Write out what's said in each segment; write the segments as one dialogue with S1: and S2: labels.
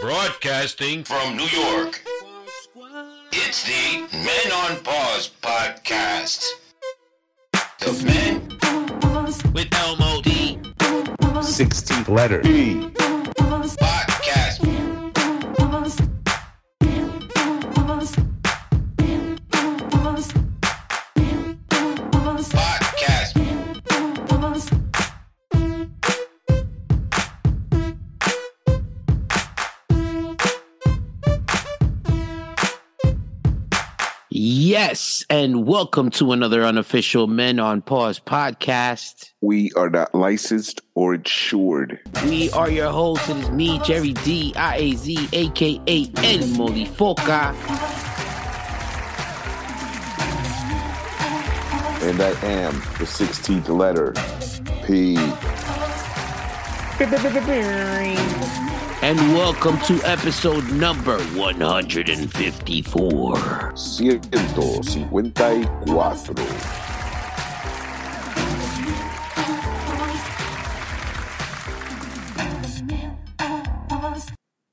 S1: Broadcasting from New York. It's the Men on Pause podcast. The men
S2: with Elmo D.
S3: 16th letter.
S1: podcast. Podcast.
S2: Yes, and welcome to another unofficial Men on Pause podcast.
S3: We are not licensed or insured.
S2: We are your hosts. It is me, Jerry D, I A Z, aka El Molifoca.
S3: And I am the 16th letter. P.
S2: And welcome to episode number 154.
S3: Ciento cincuenta y cuatro.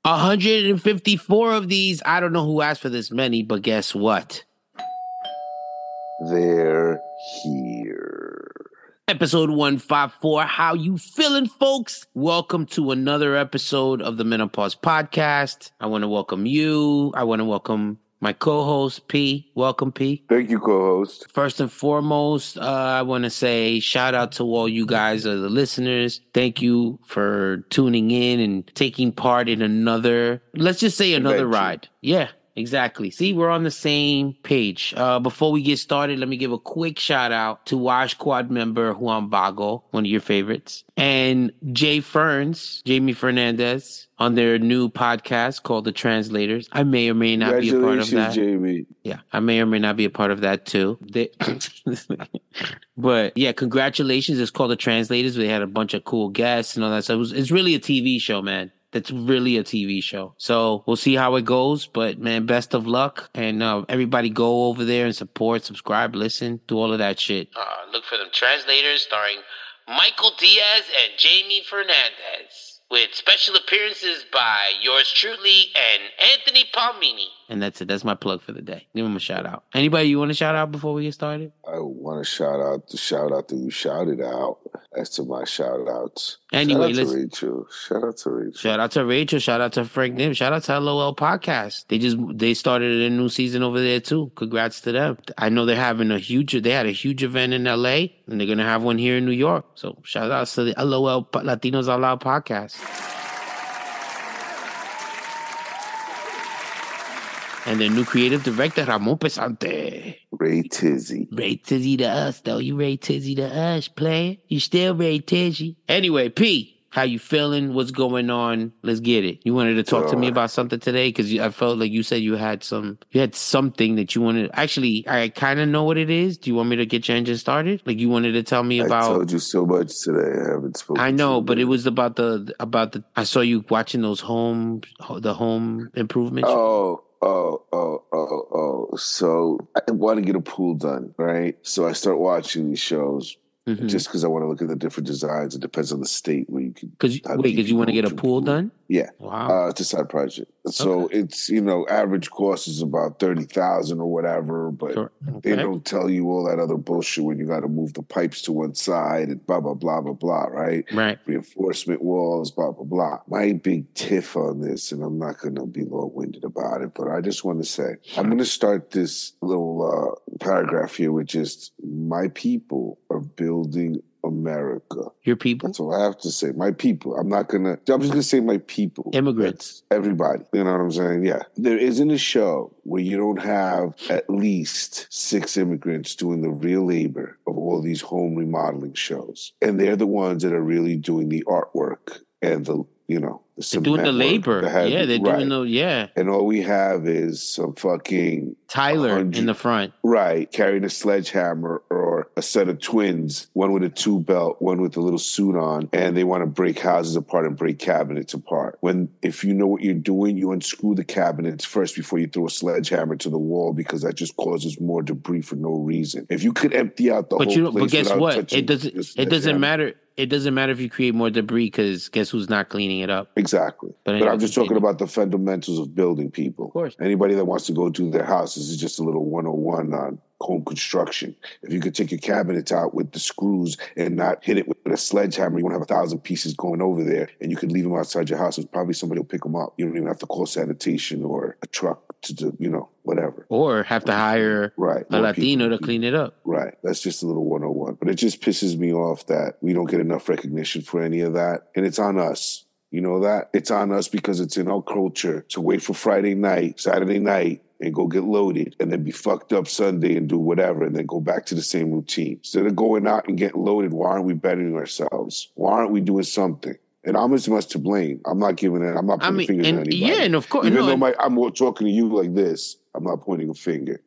S2: A 154 of these. I don't know who asked for this many, but guess what?
S3: They're here.
S2: Episode 154. How you feeling, folks? Welcome to another episode of the Menopause Podcast. I want to welcome you. I want to welcome my co-host P. Welcome P.
S3: Thank you, co-host.
S2: First and foremost, uh, I want to say shout out to all you guys, uh, the listeners. Thank you for tuning in and taking part in another, let's just say another
S3: Adventure.
S2: ride. Yeah, exactly. See, we're on the same page. Uh, before we get started, let me give a quick shout out to Wash Squad member Juan Bago, one of your favorites, and Jay Ferns, Jamie Fernandez, on their new podcast called The Translators. I may or may not be a part of that.
S3: Congratulations, Jamie.
S2: Yeah, I may or may not be a part of that too. They, but yeah, congratulations. It's called The Translators. They had a bunch of cool guests and all that. So it was, it's really a TV show, man. That's really a TV show. So we'll see how it goes. But man, best of luck. And uh, everybody go over there and support, subscribe, listen, do all of that shit. Uh, look for them translators starring Michael Diaz and Jamie Fernandez, with special appearances by yours truly and Anthony Palmini. And that's it. That's my plug for the day. Give him a shout out. Anybody you want to shout out before we get started?
S3: I want to shout out the shout out that you shouted out. As to my shout outs.
S2: Anyway,
S3: shout out
S2: let's-
S3: to Rachel. Shout out to Rachel.
S2: Shout out to Rachel. Shout out to Frank Nim. Shout out to LOL Podcast. They just they started a new season over there too. Congrats to them. I know they're having a huge. They had a huge event in LA, and they're gonna have one here in New York. So shout out to the LOL Po- Latinos Out Loud Podcast. And their new creative director Ramon Pesante.
S3: Ray Tizzy.
S2: Ray Tizzy to us though. You Ray Tizzy to us, player. You still Ray Tizzy. Anyway, P, how you feeling? What's going on? Let's get it. You wanted to talk
S3: Uh,
S2: to me about something today because I felt like you said you had some, you had something that you wanted. Actually, I kind of know what it is. Do you want me to get your engine started? Like you wanted to tell me
S3: I
S2: about.
S3: told you so much today. I haven't spoken.
S2: I
S3: to
S2: know,
S3: you.
S2: but it was about the about the. I saw you watching those home, the home improvement. show.
S3: Oh, oh, oh, oh, oh. So I want to get a pool done, right? So I start watching these shows
S2: Mhm.
S3: just because I want to look at the different designs. It depends on the state where you can.
S2: Cause
S3: how
S2: wait,
S3: deep
S2: cause you want to
S3: you
S2: get a
S3: want
S2: pool
S3: to-
S2: done?
S3: Yeah,
S2: Wow.
S3: uh, it's a side project. So it's you know average cost is about thirty thousand or whatever, but
S2: Sure.
S3: they
S2: Okay.
S3: don't tell you all that other bullshit when you got to move the pipes to one side and blah blah blah blah blah, right?
S2: Right.
S3: reinforcement walls, blah blah blah. My big tiff on this, and I'm not going to be long-winded about it, but I just want to say I'm going to start this little uh, paragraph here with just my people are building America.
S2: Your people,
S3: That's all I have to say. My people. I'm not going to. I'm just going to say my people.
S2: immigrants.
S3: Everybody, you know what I'm saying? Yeah. There isn't a show where you don't have at least six immigrants doing the real labor of all these home remodeling shows. And they're the ones that are really doing the artwork and the, you know, the
S2: They're doing the
S3: cement work,
S2: labor.
S3: the heavy-
S2: yeah, they're
S3: right.
S2: doing the yeah.
S3: And all we have is some fucking
S2: Tyler in
S3: hundred-
S2: the front.
S3: Right, carrying a sledgehammer or a set of twins, one with a two belt, one with a little suit on, and they want to break houses apart and break cabinets apart. When if you know what you're doing, you unscrew the cabinets first before you throw a sledgehammer to the wall because that just causes more debris for no reason. If you could empty out the
S2: But
S3: whole
S2: you don't,
S3: place
S2: but guess
S3: without
S2: what?
S3: touching
S2: It doesn't
S3: the
S2: it doesn't
S3: sledgehammer-
S2: matter. It doesn't matter if you create more debris because guess who's not cleaning it up?
S3: Exactly.
S2: But
S3: But,
S2: anyway,
S3: I'm just
S2: continue.
S3: talking about the fundamentals of building people. Of
S2: course.
S3: Anybody that wants to go to their house, this is just a little 101 on home construction. If you could take your cabinet out with the screws and not hit it with a sledgehammer, you won't have a thousand pieces going over there and you could leave them outside your house and probably somebody will pick them up. You don't even have to call sanitation or a truck to do, you know, whatever.
S2: Or have to hire
S3: Right.
S2: a
S3: More
S2: Latino
S3: people-
S2: to clean it up.
S3: Right. That's just a little 101. But it just pisses me off that we don't get enough recognition for any of that. And it's on us. You know that? It's on us because it's in our culture to wait for Friday night, Saturday night, and go get loaded and then be fucked up Sunday and do whatever and then go back to the same routine. Instead of going out and getting loaded, why aren't we bettering ourselves? Why aren't we doing something? And I'm as much to blame. I'm not giving it. I'm not
S2: I
S3: pointing
S2: mean,
S3: fingers at
S2: and,
S3: anybody.
S2: yeah, and of course,
S3: Even
S2: no,
S3: though
S2: and-
S3: my, I'm talking to you like this, I'm not pointing a finger.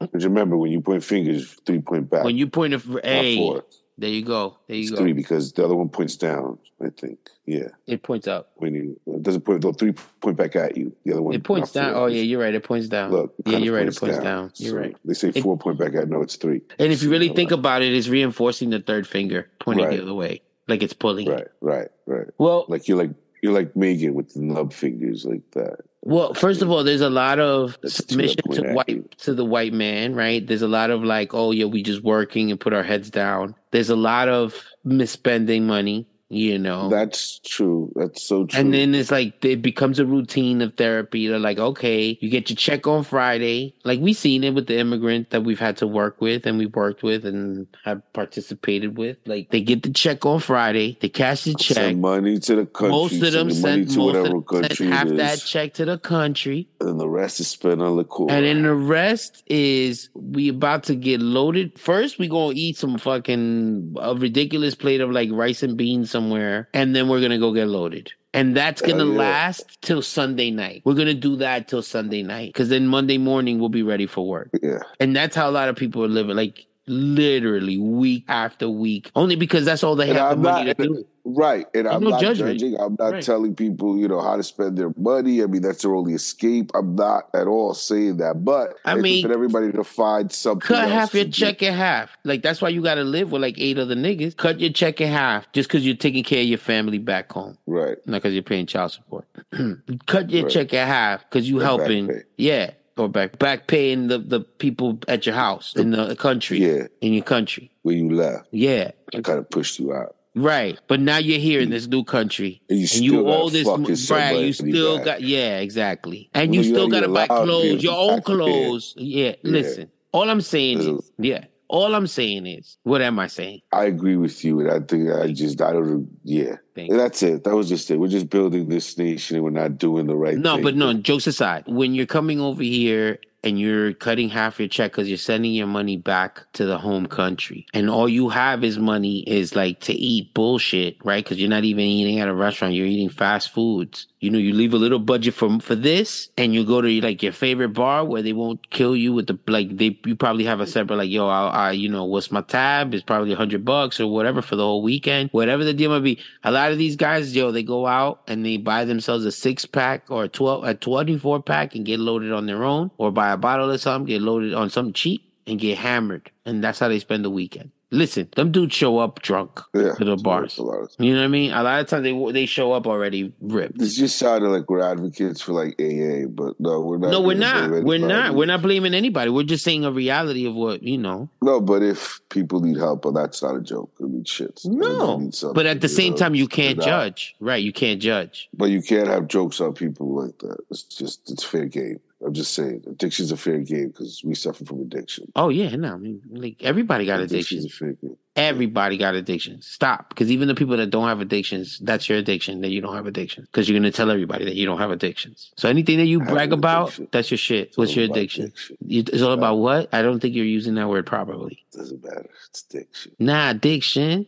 S3: Because remember, when you point fingers, three point back.
S2: when you point a
S3: not
S2: hey,
S3: four.
S2: there you go, there you
S3: It's
S2: go.
S3: three because the other one points down. I think. Yeah,
S2: It points up.
S3: pointing. It doesn't point. The three point back at you. The other one.
S2: It points
S3: not
S2: down.
S3: four.
S2: Oh yeah, you're right. It points down.
S3: Look. it
S2: yeah,
S3: kinda
S2: you're right. It points down. You're
S3: So
S2: right.
S3: They say
S2: It-
S3: four point back at. No, it's three.
S2: And if you really
S3: So,
S2: think about it, it's reinforcing the third finger, pointing
S3: Right.
S2: the other way, like it's pulling.
S3: Right. Right. Right.
S2: Well,
S3: Like you're like you're like Megan with the nub fingers like that.
S2: Well, first of all, there's a lot of
S3: That's a
S2: submission
S3: two-up
S2: to
S3: win, actually.
S2: white to the white man, right? There's a lot of like, oh yeah, we just working and put our heads down. There's a lot of misspending money, you know.
S3: That's true. That's so true.
S2: Oh. and then it's like it becomes a routine of therapy. They're like, okay, you get your check on Friday. Like we seen it with the immigrant that we've had to work with and we've worked with and have participated with. Like they get the check on Friday, they cash the check.
S3: send money to the country.
S2: Most of them
S3: send money
S2: sent
S3: to
S2: most
S3: whatever
S2: of them
S3: country
S2: sent half
S3: it is,
S2: that check to the country.
S3: and the rest is spent on liquor.
S2: And then the rest is we about to get loaded. First, we gonna eat some fucking a ridiculous plate of like rice and beans somewhere, and then we're gonna go get loaded. And that's gonna
S3: Hell yeah.
S2: last till Sunday night. We're gonna do that till Sunday night, because then Monday morning we'll be ready for work.
S3: yeah,
S2: And that's how a lot of people are living, like literally week after week, only because that's all they
S3: And
S2: have
S3: I'm
S2: the money
S3: not-
S2: to do.
S3: Right. And I'm
S2: no
S3: not
S2: judgment.
S3: judging. I'm not
S2: Right.
S3: telling people, you know, how to spend their money. I mean, that's their only escape. I'm not at all saying that. But
S2: I
S3: it's
S2: mean,
S3: for everybody to find something.
S2: Cut
S3: else
S2: half
S3: to
S2: your
S3: do.
S2: check in half. Like that's why you gotta live with like eight other niggas. Cut your check in half just because you're taking care of your family back home,
S3: Right.
S2: not because you're paying child support. Cut your
S3: Right.
S2: check in half because you
S3: Or back
S2: helping.
S3: pay.
S2: Yeah, or back back paying the the people at your house in the country.
S3: Yeah.
S2: in your country.
S3: Where you left.
S2: Yeah,
S3: I kind of pushed you out.
S2: right. But now you're here in this new country.
S3: And you
S2: And
S3: still
S2: you
S3: gotta
S2: owe this,
S3: fucking
S2: mo-
S3: send
S2: right?
S3: money
S2: You still
S3: back.
S2: got, yeah, exactly. And
S3: Well,
S2: you
S3: you
S2: still
S3: ain't
S2: gotta buy
S3: allowed to
S2: clothes,
S3: be
S2: your own
S3: back there.
S2: clothes. Yeah, listen. All I'm saying
S3: Listen.
S2: is, yeah. All I'm saying is, what am I saying?
S3: I agree with you. And I think I just, I don't, yeah.
S2: Thank
S3: And that's it. That was just it. We're just building this nation and we're not doing the right
S2: No,
S3: thing.
S2: but no, jokes aside, when you're coming over here and you're cutting half your check because you're sending your money back to the home country and all you have is money is like to eat bullshit, right? Because you're not even eating at a restaurant, you're eating fast foods. You know, you leave a little budget for for this and you go to like your favorite bar where they won't kill you with the like they you probably have a separate like yo, I, I you know, what's my tab? It's probably a hundred bucks or whatever for the whole weekend, whatever the deal might be. A lot of these guys, yo, they go out and they buy themselves a six pack or a twelve a twenty four pack and get loaded on their own, or buy a bottle or something, get loaded on something cheap and get hammered, and that's how they spend the weekend. Listen, them dudes show up drunk
S3: Yeah.
S2: to the bars.
S3: A lot of-
S2: You know what I mean? A lot of times they they show up already ripped.
S3: This just sounded like we're advocates for like AA, but no, we're not.
S2: No, we're
S3: gonna
S2: not.
S3: blame
S2: We're
S3: anybody.
S2: not. We're not blaming anybody. We're just saying a reality of what you know.
S3: No, but if people need help, well, that's not a joke. I mean, shit. Everybody
S2: No,
S3: needs something,
S2: but at the same
S3: know?
S2: time, you can't
S3: They're not-
S2: judge, right? You can't judge.
S3: But you can't have jokes on people like that. It's just it's fair game. I'm just saying, addiction's a fair game because we suffer from addiction.
S2: Oh yeah, no, I mean, like everybody got addictions.
S3: Addiction's a fair game.
S2: Everybody got addictions. Stop, because even the people that don't have addictions, that's your addiction that you don't have addictions. Because you're gonna tell everybody that you don't have addictions. So anything that you
S3: I have
S2: brag
S3: an
S2: about,
S3: addiction.
S2: that's your shit.
S3: It's
S2: What's
S3: all
S2: your
S3: about
S2: addiction? You- It's all about what? I don't think you're using that word properly.
S3: Doesn't matter. It's addiction.
S2: Nah, addiction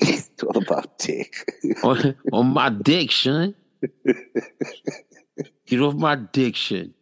S3: it's all about dick.
S2: on, on my addiction. Get off my addiction.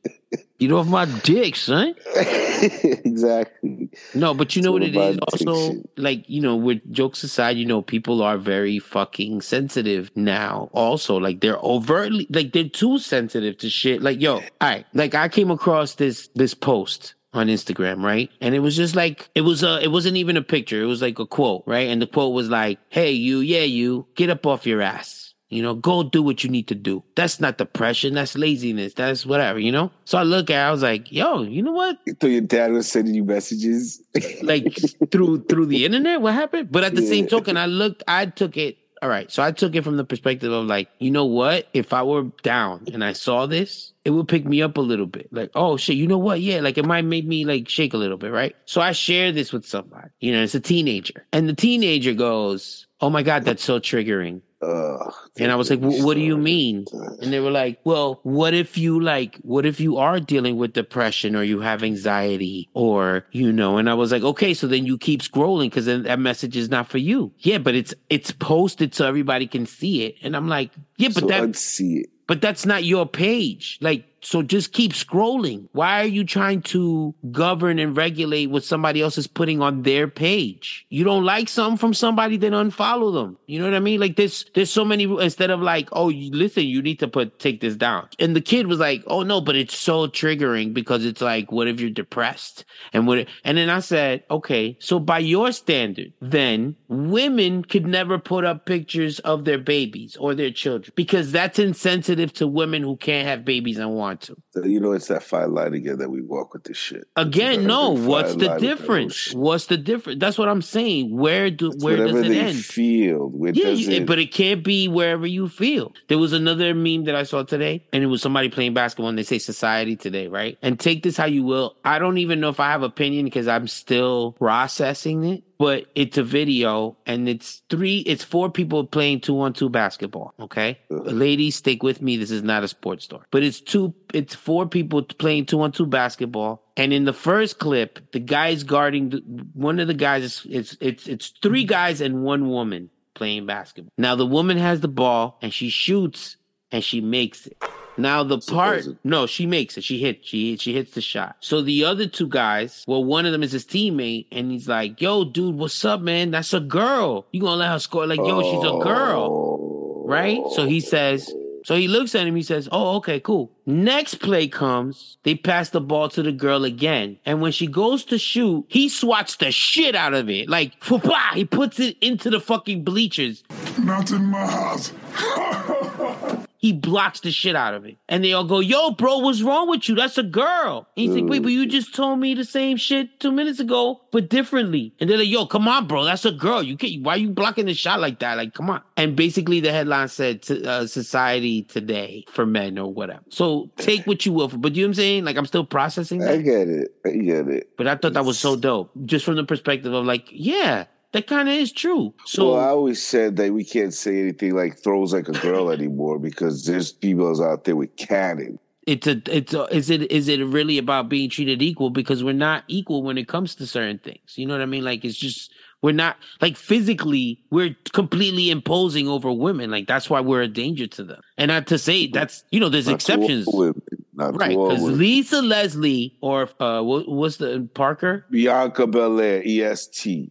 S2: Get off my dick, son.
S3: exactly.
S2: No, but you know
S3: It's
S2: what
S3: all
S2: it is
S3: about
S2: also
S3: addiction.
S2: like, you know, with jokes aside, you know, people are very fucking sensitive now also. Like they're overtly like they're too sensitive to shit. Like, yo, all right. Like I came across this this post on Instagram, right? And it was just like it was a it wasn't even a picture. It was like a quote, right? And the quote was like, "Hey you, yeah you, get up off your ass." You know, go do what you need to do. That's not depression. That's laziness. That's whatever, you know? So I look at it, I was like, yo, you know what?
S3: So your dad was sending you messages.
S2: Like through through the internet, what happened? But at the same
S3: Yeah.
S2: token, I looked, I took it. All right. So I took it from the perspective of like, you know what? If I were down and I saw this, it would pick me up a little bit. Like, oh shit, you know what? Yeah, like it might make me like shake a little bit, right? So I share this with somebody. You know, it's a teenager. And the teenager goes, Oh my God, that's so triggering.
S3: Ugh.
S2: And I was like, "Wh- what do you mean? And they were like, well, what if you like, what if you are dealing with depression or you have anxiety or, you know, and I was like, okay, so then you keep scrolling because then that message is not for you. Yeah, but it's, it's posted so everybody can see it. And I'm like, yeah, but
S3: so
S2: that,
S3: unsee it.
S2: but that's not your page. Like, so just keep scrolling. Why are you trying to govern and regulate what somebody else is putting on their page? You don't like something from somebody, then unfollow them. You know what I mean? Like there's there's so many instead of like, oh, you, listen, you need to put take this down. And the kid was like, oh no, but it's so triggering because it's like, what if you're depressed? And what? And then I said, okay, so by your standard, then women could never put up pictures of their babies or their children because that's insensitive to women who can't have babies and want to.
S3: So, you know, it's that fine line again that we walk with this shit.
S2: Again, no.
S3: Fine
S2: What's the
S3: line with that
S2: difference?
S3: bullshit.
S2: What's the difference? That's what I'm saying. Where do where
S3: Whatever
S2: does it
S3: they
S2: end?
S3: feel. Where
S2: Yeah,
S3: does
S2: you,
S3: it,
S2: but it can't be wherever you feel. There was another meme that I saw today, and it was somebody playing basketball, and they say society today, right? And take this how you will. I don't even know if I have opinion because I'm still processing it, but it's a video, and it's three, it's four people playing two on two basketball. Okay, ladies, stick with me. This is not a sports store, but it's two, it's four people playing two on two basketball. And in the first clip, the guy's guarding the, one of the guys. Is, it's it's it's three guys and one woman playing basketball. Now the woman has the ball and she shoots and she makes it. Now the part
S3: Supposed-
S2: no, she makes it. She hit she she hits the shot. So the other two guys, well, one of them is his teammate, and he's like, "Yo, dude, what's up, man? That's a girl. You gonna let her score? Like, yo, she's a girl, right?" So he says. So he looks at him, he says, Oh, okay, cool. Next play comes, they pass the ball to the girl again. And when she goes to shoot, he swats the shit out of it. Like, he puts it into the fucking bleachers.
S4: Not in my house.
S2: He blocks the shit out of it. And they all go, Yo, bro, what's wrong with you? That's a girl. And he's like, Wait, but you just told me the same shit two minutes ago, but differently. And they're like, Yo, come on, bro. That's a girl. You can't, why you blocking the shot like that? Like, come on. And basically, the headline said, t- uh, Society Today for Men or whatever. So take what you will, for, but you know what I'm saying? Like, I'm still processing
S3: Oh, I
S2: that.
S3: get it. I get it.
S2: But I thought that was so dope, just from the perspective of like, Yeah, that kind of is true. So,
S3: well, I always said that we can't say anything like throws like a girl anymore because there's females out there with cannon.
S2: it's a it's a, is it is it really about being treated equal because we're not equal when it comes to certain things you know what i mean like it's just we're not like physically we're completely imposing over women like that's why we're a danger to them and not to say that's you know there's
S3: Not to
S2: exceptions
S3: all women, not to
S2: right
S3: all
S2: because
S3: women.
S2: lisa leslie or uh what, what's the parker
S3: Bianca Belair, E EST.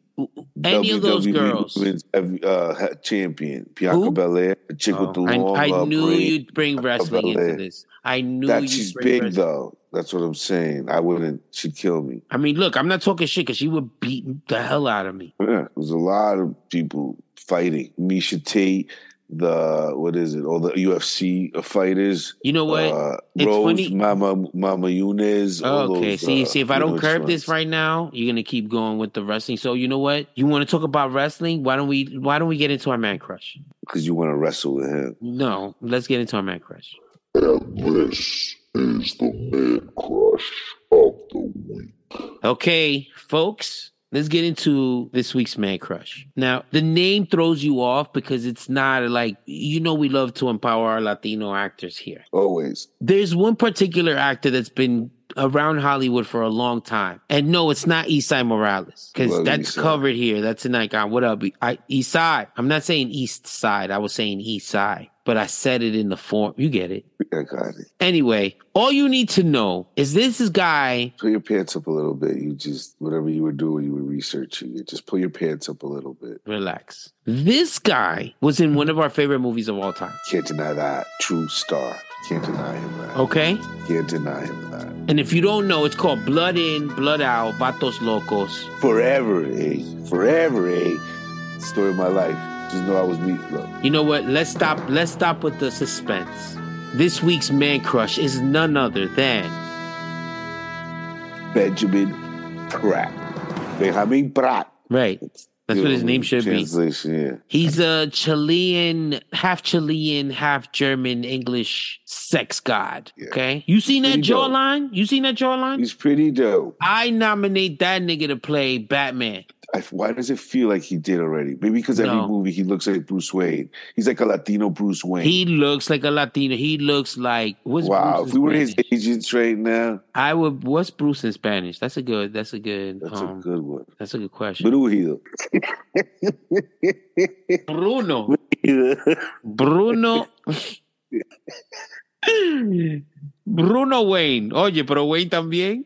S2: any of those
S3: WWE
S2: girls
S3: E Women's, uh, champion. Bianca
S2: Who?
S3: Belair, the chick with the
S2: Oh, I,
S3: long
S2: I
S3: uh,
S2: knew
S3: braid.
S2: you'd bring wrestling into
S3: Belair.
S2: this i knew
S3: That
S2: you'd
S3: she's
S2: bring
S3: big
S2: wrestling.
S3: though. That's what I'm saying. I wouldn't. She'd kill me.
S2: i mean look i'm not talking shit because she would beat the hell out of me
S3: Yeah, there's a lot of people fighting. Misha Tate, the what is it? All the UFC fighters.
S2: you know what
S3: Uh,
S2: It's
S3: Rose,
S2: funny-
S3: Mama, Mama Yunez. all
S2: Okay,
S3: those,
S2: see,
S3: uh,
S2: see, if I
S3: you
S2: don't
S3: know,
S2: curb this
S3: joints.
S2: right now, you're gonna keep going with the wrestling. So you know what? You want to talk about wrestling? Why don't we? Why don't we get into our man crush?
S3: because you want to wrestle with him.
S2: No, let's get into our man crush.
S5: And this is the man crush of the week.
S2: Okay, folks, let's get into this week's man crush. Now, the name throws you off because it's not like you know we love to empower our Latino actors here.
S3: Always.
S2: There's one particular actor that's been around Hollywood for a long time. And no, it's not Isai Morales because
S3: Love
S2: that's
S3: Isai.
S2: covered here. That's an icon. What up? I, Isai. I'm not saying East Side. I was saying East Side, but I said it in the form. You get it.
S3: I got it.
S2: Anyway, all you need to know is this is guy.
S3: Pull your pants up a little bit. You just whatever you were doing, you were researching it. Just pull your pants up a little bit.
S2: Relax. This guy was in one of our favorite movies of all time.
S3: Can't deny that. True star. Can't deny him that.
S2: Okay?
S3: Can't deny him that.
S2: And if you don't know, it's called Blood In, Blood Out, Batos Locos.
S3: Forever, eh? Forever, eh? Story of my life. Just know I was meatloaf.
S2: You know what? Let's stop. Let's stop with the suspense. This week's man crush is none other than
S3: Benjamin Pratt. Benjamin Pratt.
S2: right. That's what his name should be.
S3: Translation, yeah.
S2: He's a Chilean, half Chilean, half German, English sex god.
S3: Yeah.
S2: Okay, you seen that
S3: Pretty dope.
S2: jawline? You seen that jawline?
S3: He's pretty dope.
S2: I nominate that nigga to play Batman.
S3: I, why does it feel like he did already? Maybe because every
S2: No.
S3: movie he looks like Bruce Wayne. He's like a Latino Bruce Wayne.
S2: He looks like a Latino. He looks like what's
S3: wow.
S2: Bruce's
S3: if we were his
S2: name?
S3: agents right now,
S2: I would. What's Bruce in Spanish? That's a good. That's a good.
S3: that's
S2: um,
S3: a good one.
S2: That's a good question.
S3: Blue
S2: Bruno.
S3: Hill.
S2: Bruno. Bruno Wayne. Oye, pero Wayne también.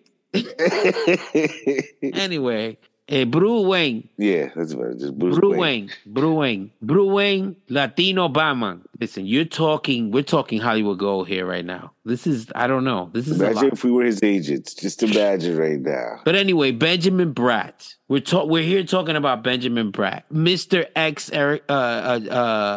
S2: Anyway, eh, Bru Wayne.
S3: yeah, that's about it. Just Bruce
S2: Bru
S3: Wayne.
S2: Wayne. Bru Wayne. Bru Wayne, Latino Batman. Listen, you're talking, we're talking Hollywood Gold here right now. This is, I don't know. This is a
S3: Imagine
S2: lot.
S3: if we were his agents. Just imagine right now.
S2: But anyway, Benjamin Bratt. We're ta- we're here talking about Benjamin Bratt. Mr. X Eric uh uh,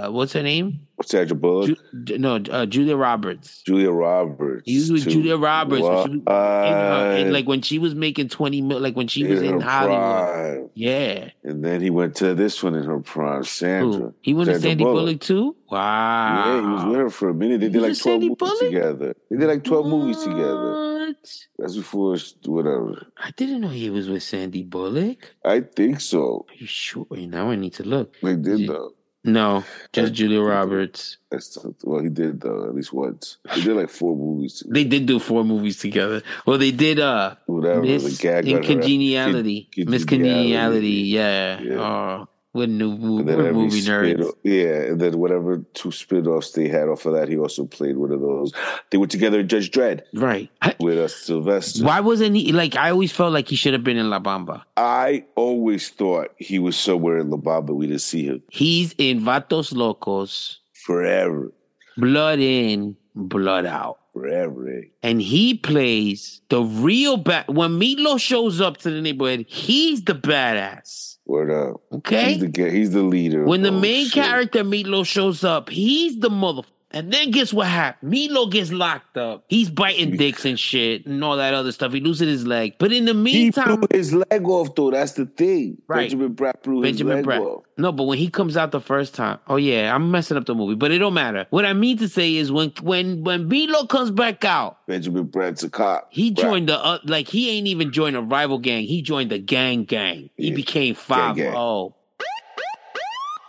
S2: uh what's her name?
S3: Sandra Bullock,
S2: Ju- d- no, uh, Julia Roberts.
S3: Julia Roberts.
S2: He was with
S3: too.
S2: Julia Roberts. When she was in her,
S3: What?
S2: in, like when she was making twenty mil, like when she was
S3: In
S2: in
S3: her
S2: Hollywood.
S3: prime.
S2: Yeah,
S3: And then he went to this one in her prime,
S2: Who?
S3: Sandra.
S2: he went to
S3: Sandra
S2: Sandy Bullock. too. Wow.
S3: Yeah, he was with her for a minute. They
S2: He was
S3: did like
S2: with
S3: 12
S2: Sandy
S3: movies
S2: Bullock?
S3: together. They did like 12 movies together.
S2: What?
S3: That's before, she- whatever.
S2: I didn't know he was with Sandy Bullock.
S3: I think so.
S2: Are you sure? Now I need to look.
S3: They
S2: Ye-
S3: did, though.
S2: No, just Julia Roberts.
S3: That's well, he did, though, at least once. He did like four movies together.
S2: They did do four movies together. Well, they did uh
S3: Whatever. It was
S2: Miss
S3: a gag on her.
S2: Incongeniality.
S3: Con-
S2: Miss Congeniality, yeah.
S3: Yeah.
S2: Oh, what new
S3: And then
S2: we're
S3: every
S2: movie nerds.
S3: spin- Yeah, and then whatever two spin offs they had off of that, he also played one of those. They were together in Judge Dredd
S2: Right. I-
S3: with us, Sylvester.
S2: Why wasn't he like I always felt like he should have been in La Bamba.
S3: I always thought he was somewhere in La Bamba. We didn't see him
S2: He's in Vatos Locos,
S3: forever,
S2: Blood In, Blood Out.
S3: forever. eh?
S2: And he plays the real bad when Meatloaf shows up to the neighborhood, he's the badass.
S3: Word up.
S2: Okay?
S3: He's the ga- he's the leader.
S2: When the
S3: Oh,
S2: main
S3: shit.
S2: character Meatloaf shows up, he's the mother. And then guess what happened? Meatloaf gets locked up. He's biting dicks and shit and all that other stuff. He loses his leg. But in the
S3: he
S2: meantime,
S3: blew his leg off though. That's the thing.
S2: Right.
S3: Benjamin Bratt blew
S2: Benjamin
S3: his leg
S2: Bratt.
S3: off.
S2: No, but when he comes out the first time, oh yeah, I'm messing up the movie, but it don't matter. What I mean to say is when when when Meatloaf comes back out,
S3: Benjamin Bratt's a cop.
S2: he
S3: Bratt.
S2: joined the uh, like he ain't even joined a rival gang. He joined the gang gang. He
S3: Yeah.
S2: became five.
S3: gang.
S2: Oh,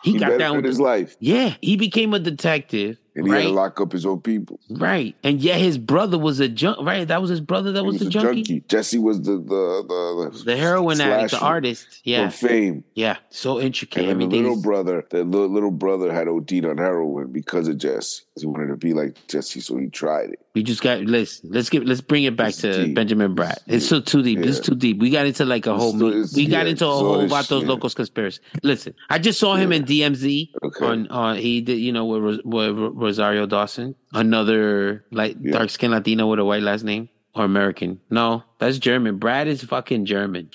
S2: he,
S3: He,
S2: got down with
S3: his
S2: the-
S3: life,
S2: yeah. He became a detective.
S3: and he
S2: right?
S3: had to lock up his own people.
S2: Right. And yet his brother was a junk right, that was his brother that
S3: He
S2: was,
S3: was
S2: the
S3: a
S2: junkie.
S3: Jesse was the the the,
S2: The heroin addict, the
S3: slasher
S2: artist.
S3: from
S2: Yeah.
S3: Fame.
S2: Yeah. So intricate.
S3: And then the
S2: Everything
S3: little
S2: is-
S3: brother, the little, little brother had OD'd on heroin because of Jesse. He wanted to be like Jesse, so he tried it.
S2: we just got listen, let's get let's bring it back
S3: It's
S2: to
S3: deep.
S2: Benjamin Bratt. It's so too deep. This is
S3: Yeah.
S2: too deep. We got into like a
S3: It's
S2: whole
S3: still-
S2: meet-
S3: it's-
S2: we got
S3: yeah,
S2: into a
S3: it's all
S2: whole
S3: this
S2: about those
S3: shit.
S2: locals conspiracy. Listen, I just saw him
S3: Yeah.
S2: in DMZ
S3: Okay.
S2: on on he did you know with, Ros- with Ro- Rosario Dawson, another like
S3: Yeah.
S2: dark skinned Latino with a white last name or American. No, that's German. Brad is fucking German.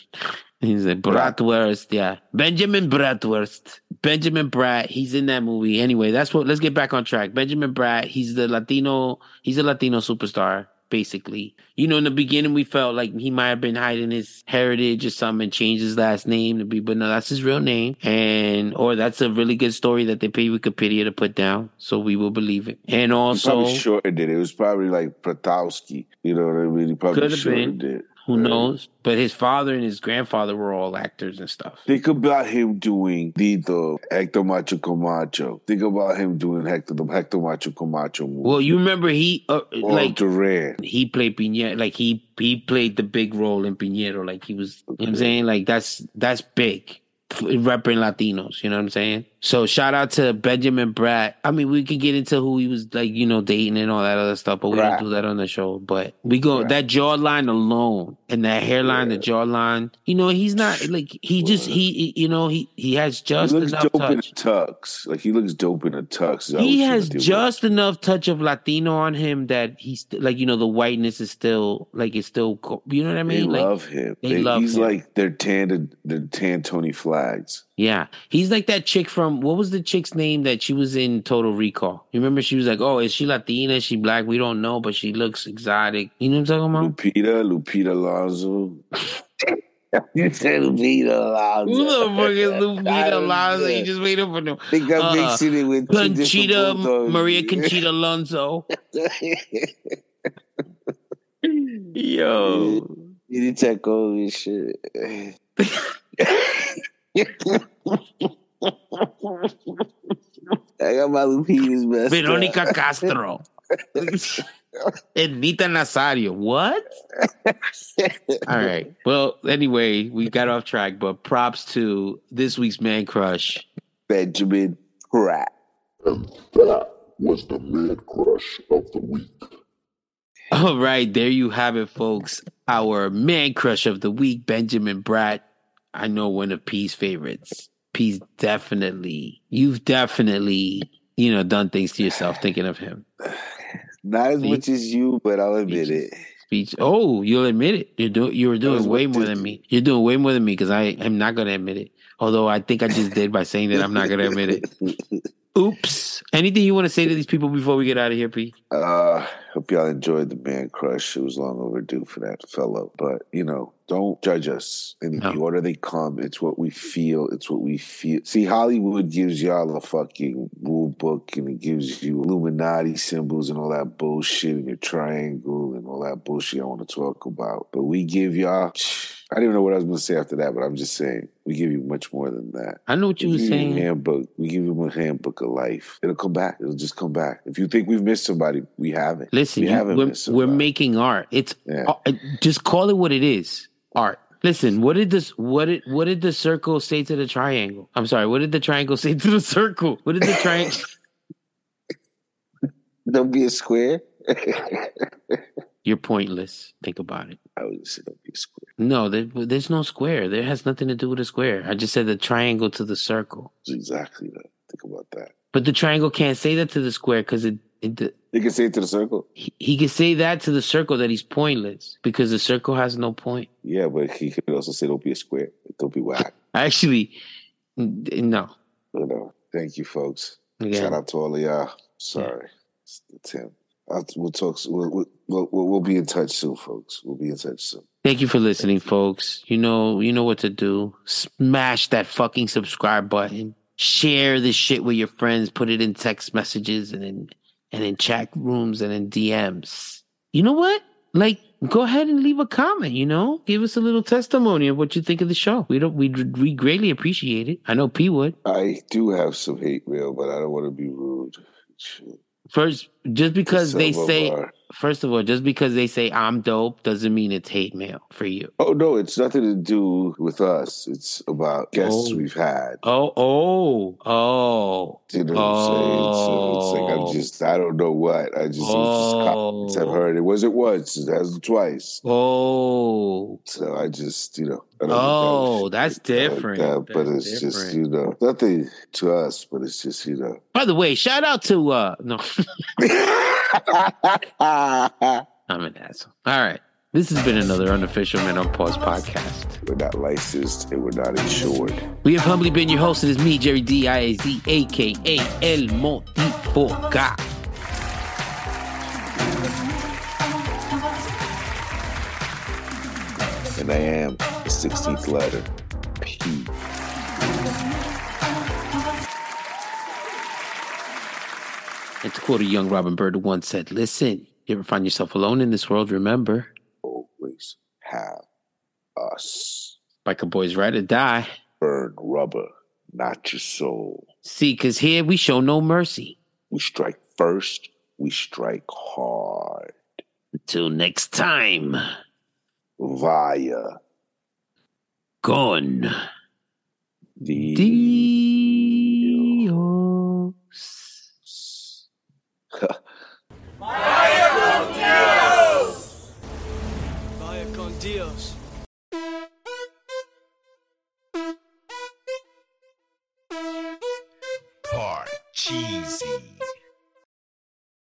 S2: He's a Bratwurst, yeah. Benjamin Bratwurst. Benjamin Bratt, he's in that movie. Anyway, that's what let's get back on track. Benjamin Bratt, he's the Latino, he's a Latino superstar, basically. You know, in the beginning we felt like he might have been hiding his heritage or something and changed his last name to be, but no, that's his real name. And or that's a really good story that they paid Wikipedia to put down. So we will believe it. And
S3: He
S2: also
S3: probably shortened it. It was probably like Pratowski. You know what I mean? He probably
S2: Could've been.
S3: shortened it.
S2: who
S3: Right.
S2: knows? But his father and his grandfather were all actors and stuff.
S3: Think about him doing Dito, Hector Macho Camacho. Think about him doing Hector the Hector Macho Camacho movie.
S2: Well, you remember he uh,
S3: or
S2: like
S3: Duran.
S2: he played Pinheiro, like he he played the big role in Pinheiro, like he was. You know what I'm saying like that's that's big, repping Latinos. You know what I'm saying? So shout out to Benjamin Bratt. I mean, we could get into who he was like, you know, dating and all that other stuff, but we
S3: Right.
S2: don't do that on the show. But we go
S3: Right.
S2: that jawline alone and that hairline, the jawline. You know, he's not like he just he he- you know he he has just
S3: he looks
S2: enough
S3: dope in a
S2: touch.
S3: tux. Like he looks dope in a tux. Is that
S2: He
S3: what you
S2: has
S3: do?
S2: just enough touch of Latino on him that he's st- like you know the whiteness is still like it's still co- you know what I
S3: They
S2: mean like
S3: love him.
S2: they love
S3: he's
S2: him.
S3: like their tan, their tan Tony Flags.
S2: Yeah, he's like that chick from what was the chick's name that she was in Total Recall? You remember she was like, "Oh, is she Latina? Is she black? We don't know, but she looks exotic." You know what I'm talking about?
S3: Lupita, Lupita Alonso. you said Lupita Alonso.
S2: Who the fuck is
S3: I
S2: Lupita
S3: don't
S2: Alonso?
S3: know.
S2: You just waiting for them.
S3: I think I'm
S2: uh,
S3: mixing it with two different
S2: Conchita
S3: bulldogs.
S2: Maria Conchita Alonso.
S3: Oh.
S2: Yo,
S3: you need to take over this shit. I got my Lupita's best.
S2: Veronica Castro, Edita Nazario. What? All right. Well, anyway, we got off track, but props to this week's man crush.
S3: Benjamin Pratt.
S5: And that was the man crush of the week.
S2: All right, there you have it, folks. Our man crush of the week, Benjamin Bratt. I know one of P's favorites. P's definitely, you've definitely, you know, done things to yourself thinking of him.
S3: Not as
S2: See?
S3: much as you, but I'll admit it.
S2: Speech. Oh, you'll admit it. You're doing. You were
S3: was
S2: doing way
S3: what
S2: more
S3: did-
S2: than me. You're doing way more than me because I am not going to admit it. Although I think I just did by saying that I'm not going to admit it. Oops. Anything you want to say to these people before we get out of here, P?
S3: Uh, hope y'all enjoyed the man crush. It was long overdue for that fellow, but you know, don't judge us in
S2: No.
S3: the order they come. It's what we feel. It's what we feel. See, Hollywood gives y'all a fucking rule book, and it gives you Illuminati symbols and all that bullshit, and your triangle and all that bullshit. I want to talk about, but we give y'all. I didn't even know what I was going to say after that, but I'm just saying we give you much more than that.
S2: I know what you
S3: We
S2: were
S3: give 'em
S2: saying.
S3: Handbook. We give him a handbook of life. It'll come back. It'll just come back. If you think we've missed somebody, we haven't.
S2: Listen,
S3: we
S2: you, we're,
S3: missed
S2: we're
S3: somebody.
S2: making art. It's
S3: Yeah.
S2: uh, just call it what it is. Art. Listen, what did this? What did what did the circle say to the triangle? I'm sorry. What did the triangle say to the circle? What did the triangle?
S3: Don't be a square.
S2: You're pointless. Think about it.
S3: I would say don't be a square.
S2: No, there, there's no square. There has nothing to do with a square. I just said the triangle to the circle,
S3: It's exactly that. Think about that.
S2: but the triangle can't say that to the square because it. it
S3: You can say it to the circle.
S2: he, he can say that to the circle that he's pointless because the circle has no point.
S3: Yeah, but he could also say don't be a square. Don't be whack.
S2: Actually, n- no.
S3: you know. Thank you, folks.
S2: Again.
S3: Shout out to all of y'all. Sorry, it's the Tim. I'll- We'll talk. s- We'll, we'll, we'll, we'll be in touch soon, folks. We'll be in touch soon.
S2: Thank you for listening, folks. You know, you know what to do. Smash that fucking subscribe button. Share this shit with your friends. Put it in text messages and in and in chat rooms and in DMs. You know what? Like, go ahead and leave a comment. You know, give us a little testimony of what you think of the show. We don't. We we greatly appreciate it. I know P would.
S3: I do have some hate mail, but I don't want to be rude. Shit.
S2: First, just because they
S3: Some of
S2: say,
S3: our-
S2: first of all, just because they say I'm dope doesn't mean it's hate mail for you.
S3: "Oh no, it's nothing to do with us. It's about guests
S2: Oh.
S3: we've had."
S2: Oh, oh, oh.
S3: You know what I'm saying? So it's like
S2: Oh.
S3: I'm just I don't know what I just, it's just comments I've
S2: Oh.
S3: heard. It wasn't once, it hasn't twice.
S2: Oh,
S3: So I just you know. I don't
S2: oh,
S3: know
S2: that's different.
S3: but
S2: That's
S3: it's just
S2: different.
S3: you know nothing to us, but it's just you know.
S2: By the way, shout out to uh no,
S3: We're
S2: I'm an asshole. All right, this has been another unofficial Men on Pause podcast.
S3: not licensed and we're not insured.
S2: We have humbly been your host. It is me, Jerry D I A Z, aka El Motifoca.
S3: and I am the 16th letter. P.
S2: And to quote a young Robin Bird, who once said, "Listen, you ever find yourself alone in this world? Remember,
S3: Always have us.
S2: biker boys ride or die.
S3: Burn rubber, not your soul.
S2: See, cause here we show no mercy.
S3: We strike first, we strike hard
S2: Until next time,
S3: via
S2: gone."
S3: the.
S2: Deal.
S6: con Dios.
S1: Part cheesy.